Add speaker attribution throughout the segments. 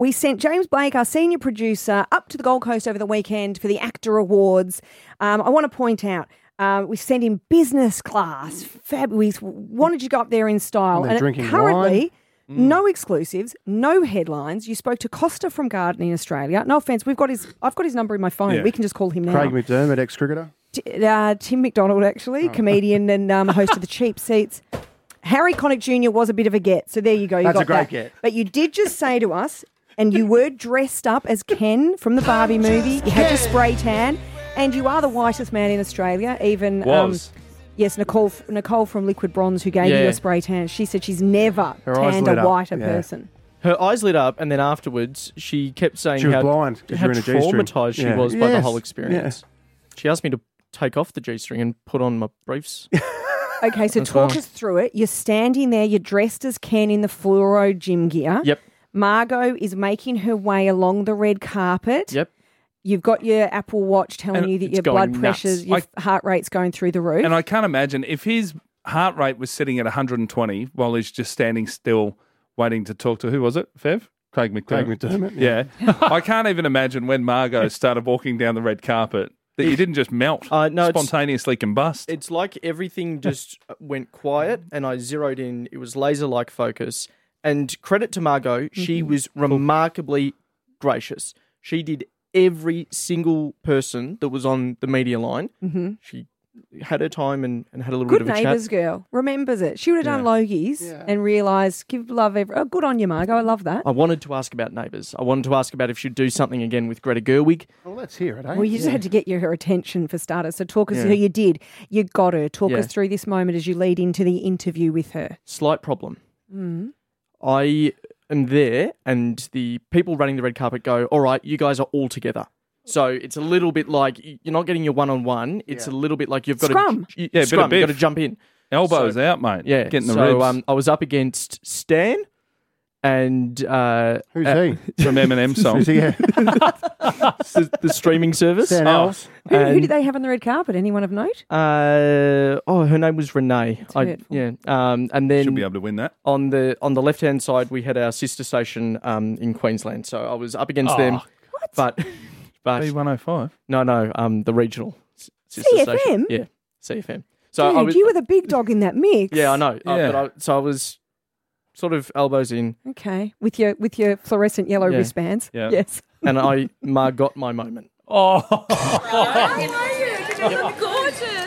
Speaker 1: We sent James Blake, our senior producer, up to the Gold Coast over the weekend for the Actor Awards. Um, I want to point out. Uh, we sent him business class. Fab. We wanted you to go up there in style.
Speaker 2: they're
Speaker 1: And, it-
Speaker 2: drinking Mm.
Speaker 1: currently, no exclusives, no headlines. You spoke to Costa from Garden in Australia. No offense, we've got his. I've got his number in my phone.
Speaker 3: Yeah.
Speaker 1: We can just call him now.
Speaker 4: Oh.
Speaker 2: Craig McDermott, ex cricketer.
Speaker 1: T- uh, Tim McDonald,
Speaker 2: Oh.
Speaker 1: actually, comedian and um, host of the Cheap Seats. Harry Connick Jr. was a bit of a get, so there you go. You
Speaker 2: That's
Speaker 1: got
Speaker 2: a great
Speaker 1: that.
Speaker 2: get.
Speaker 1: But you did just say to us, and you were dressed up as Ken from the Barbie movie. You had your spray tan, and you are the whitest man in Australia. Even
Speaker 4: Um,
Speaker 1: um,
Speaker 3: Was.
Speaker 1: yes, Nicole Nicole from Liquid Bronze, who gave you
Speaker 4: Yeah.
Speaker 1: your spray tan. She said she's never
Speaker 2: Her eyes
Speaker 1: tanned
Speaker 2: lit
Speaker 1: a
Speaker 2: up,
Speaker 1: whiter
Speaker 2: yeah.
Speaker 1: person.
Speaker 4: Her eyes lit up, and then afterwards, she kept saying
Speaker 2: She was
Speaker 4: how,
Speaker 2: blind 'cause
Speaker 4: how
Speaker 2: you were in a G-string.
Speaker 4: traumatized she
Speaker 2: Yeah.
Speaker 4: was by the
Speaker 2: Yes.
Speaker 4: whole experience. She asked me to take off the G string and put on my briefs.
Speaker 1: Okay, so
Speaker 4: That's
Speaker 1: talk
Speaker 4: fine.
Speaker 1: us through it. You're standing there. You're dressed as Ken in the fluoro gym gear.
Speaker 4: yep,
Speaker 1: Margot is making her way along the red carpet.
Speaker 4: yep.
Speaker 1: You've got your Apple Watch telling
Speaker 4: And
Speaker 1: you that
Speaker 4: it's
Speaker 1: your
Speaker 4: going
Speaker 1: blood pressure's,
Speaker 4: nuts.
Speaker 1: your heart rate's going through the roof.
Speaker 3: And I can't imagine if his heart rate was sitting at 120 while he's just standing still waiting to talk to who was it? Fev? Craig McDermott.
Speaker 2: Craig McDermott.
Speaker 3: Yeah. I can't even imagine when Margot started walking down the red carpet that you didn't just melt,
Speaker 4: Uh, no, it's-
Speaker 3: spontaneously combust.
Speaker 4: It's like everything just went quiet, and I zeroed in. It was laser like focus. And credit to Margot, she
Speaker 1: Mm-hmm.
Speaker 4: was remarkably gracious. She did every single person that was on the media line. Mm-hmm. She had her time and, and had a little
Speaker 1: good
Speaker 4: bit of a chat.
Speaker 1: neighbours girl remembers it. She would have done Logies and realised, give love every. Oh, good on you, Margot. I love that.
Speaker 4: I wanted to ask about neighbours. I wanted to ask about if she'd do something again with Greta Gerwig.
Speaker 2: Well, let's hear it, eh?
Speaker 1: Well, you just had to get your, her attention for starters. So talk us who you did. You got her. Talk
Speaker 4: Yeah.
Speaker 1: us through this moment as you lead into the interview with her.
Speaker 4: Slight problem.
Speaker 1: Mm.
Speaker 4: I am there, and the people running the red carpet go, All right, you guys are all together. So it's a little bit like y- you're not getting your one on one. It's a little bit like you've got
Speaker 1: Scrum.
Speaker 4: to you,
Speaker 3: Yeah, a bit of
Speaker 4: scrum. You've got to
Speaker 3: biff.
Speaker 4: jump in.
Speaker 3: Elbows
Speaker 4: so-
Speaker 3: out, mate.
Speaker 4: Yeah.
Speaker 3: Getting the
Speaker 4: so
Speaker 3: ribs
Speaker 4: Um, I was up against Stan and uh,
Speaker 2: Who's
Speaker 4: uh,
Speaker 2: he?
Speaker 3: from Eminem song.
Speaker 2: Is he a
Speaker 4: the, the streaming service.
Speaker 2: Stan
Speaker 3: Oh.
Speaker 2: Ellis?
Speaker 1: Who, who
Speaker 4: And-
Speaker 1: did they have on the red carpet? Anyone of note?
Speaker 4: Uh, oh, her name was Renee.
Speaker 1: That's hurtful.
Speaker 4: yeah. Um, and then
Speaker 3: Should be able to win that.
Speaker 4: on the on the left hand side we had our sister station um, in Queensland. So I was up against them. But but
Speaker 3: B105.
Speaker 4: no no um, the regional s- sister
Speaker 1: CFM?
Speaker 4: station. Yeah, CFM. So I
Speaker 1: Dude,
Speaker 4: was
Speaker 1: you were the big dog in that mix.
Speaker 4: yeah I know. Uh,
Speaker 3: Yeah.
Speaker 4: but I, so I was sort of elbows in,
Speaker 1: Okay, with your with your fluorescent yellow
Speaker 4: Yeah.
Speaker 1: wristbands.
Speaker 3: Yeah.
Speaker 1: Yes.
Speaker 4: and I Mar got my moment.
Speaker 5: gorgeous.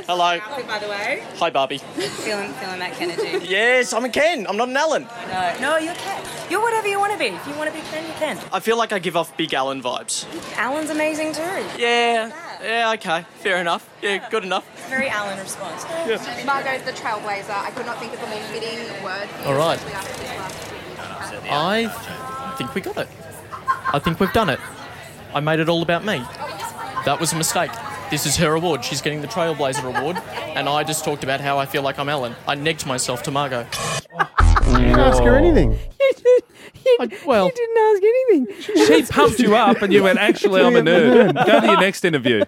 Speaker 4: Hello.
Speaker 5: Outfit, by the way.
Speaker 4: Hi Barbie.
Speaker 5: Feeling, feeling that Kennedy.
Speaker 4: Yes, I'm a Ken. I'm not an Alan.
Speaker 5: no, no, you're Ken. You're whatever you want to be. If you want to be Ken, you can.
Speaker 4: I feel like I give off big Alan vibes.
Speaker 5: Alan's amazing too.
Speaker 4: Yeah. Yeah. Okay. Fair enough. Yeah. Good enough.
Speaker 5: Very Alan response.
Speaker 6: Margot's the trailblazer. I could not think of a more fitting word. for
Speaker 7: All right.
Speaker 6: especially after this last week.
Speaker 7: I think we got it. I think we've done it. I made it all about me. That was a mistake. This is her award. She's getting the Trailblazer Award, and I just talked about how I feel like I'm Ellen. I negged myself to Margot.
Speaker 2: You didn't ask
Speaker 4: Oh.
Speaker 2: her anything.
Speaker 1: You did- you-
Speaker 7: I- well-
Speaker 1: you didn't ask anything.
Speaker 3: She pumped you up and you went, actually, I'm a nerd. Go to your next interview.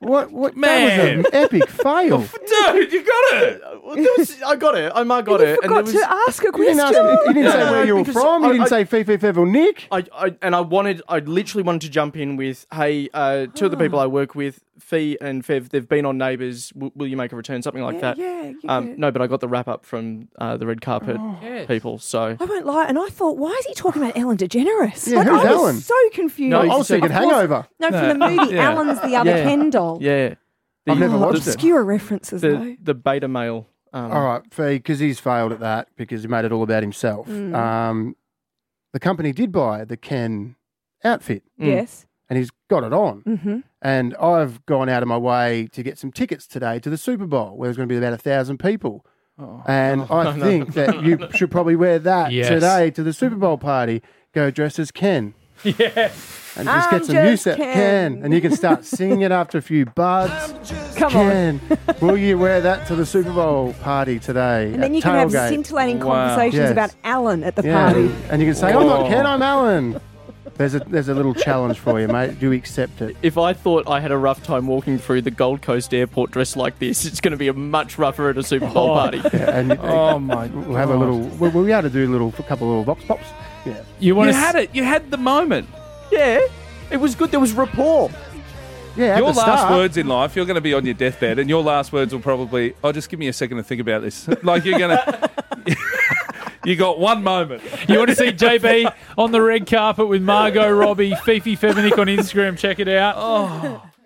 Speaker 2: What? What? That
Speaker 3: Man.
Speaker 2: was an epic fail.
Speaker 3: Dude, you got it.
Speaker 4: Well, there was, I got it. I Mar got it.
Speaker 1: You forgot
Speaker 4: was,
Speaker 1: to ask a
Speaker 2: You
Speaker 1: question.
Speaker 2: didn't, ask, you didn't say
Speaker 4: No,
Speaker 2: where you were
Speaker 4: because
Speaker 2: from. You
Speaker 4: I-
Speaker 2: didn't
Speaker 4: I-
Speaker 2: say Fifi Fevel Nick.
Speaker 4: I, I and I wanted I literally wanted to jump in with hey uh, two of the people I work with Fee and Fev they've been on Neighbours will, will you make a return something like that
Speaker 1: yeah, you
Speaker 4: um,
Speaker 1: could.
Speaker 4: no but I got the wrap up from uh, the red carpet people so
Speaker 1: I won't lie, and I thought, why is he talking about Ellen DeGeneres?
Speaker 2: Yeah,
Speaker 1: like,
Speaker 2: who's
Speaker 1: I
Speaker 2: Ellen?
Speaker 1: was so confused.
Speaker 4: No,
Speaker 2: I
Speaker 4: you
Speaker 2: was
Speaker 4: said-
Speaker 2: thinking
Speaker 4: of course.
Speaker 2: Hangover.
Speaker 1: No, from the movie,
Speaker 3: Yeah.
Speaker 1: Alan's the other
Speaker 4: Yeah.
Speaker 1: Ken doll.
Speaker 4: yeah the,
Speaker 2: I've never
Speaker 1: Oh,
Speaker 2: watched it. Oh.
Speaker 1: obscure references,
Speaker 4: the
Speaker 1: though.
Speaker 4: the beta male um,
Speaker 2: All right, Fee, because he's failed at that because he made it all about himself.
Speaker 4: Mm.
Speaker 2: Um, the company did buy the Ken outfit,
Speaker 1: Yes.
Speaker 2: and he's got it on. Mm-hmm. And I've gone out of my way to get some tickets today to the Super Bowl, where there's going to be about a thousand people. and I think that you should probably wear that
Speaker 7: Yes.
Speaker 2: today to the Super Bowl party. Go dress as Ken. Yeah. And just
Speaker 1: I'm
Speaker 2: get some
Speaker 1: just
Speaker 2: use out
Speaker 1: Ken.
Speaker 2: Ken. And you can start singing it after a few buds.
Speaker 1: Come on.
Speaker 2: Ken, will you wear that to the Super Bowl party today?
Speaker 1: And then you can have scintillating conversations
Speaker 2: Yes.
Speaker 1: about Alan at the
Speaker 2: yeah.
Speaker 1: party.
Speaker 2: And you can say, I'm not Ken, I'm Alan. There's a there's a little challenge for you, mate. Do you accept it?
Speaker 4: if I thought I had a rough time walking through the Gold Coast airport dressed like this it's going to be a much rougher at a Super Bowl party
Speaker 2: And
Speaker 3: Oh, my Oh.
Speaker 2: we'll have a little. We'll, we'll be able to do a little a couple of little vox pops. Yeah.
Speaker 8: You
Speaker 3: You
Speaker 8: want to
Speaker 3: had it. You had the moment.
Speaker 4: Yeah, it was good. There was rapport.
Speaker 2: Yeah. At
Speaker 3: your
Speaker 2: the
Speaker 3: last
Speaker 2: start,
Speaker 3: words in life, you're going to be on your deathbed, and your last words will probably, oh, just give me a second to think about this. Like you're going to, you got one moment.
Speaker 8: You want to see JB
Speaker 3: Oh,
Speaker 8: on the red carpet with Margot Robbie, Fifi Feminic on Instagram? Check it out.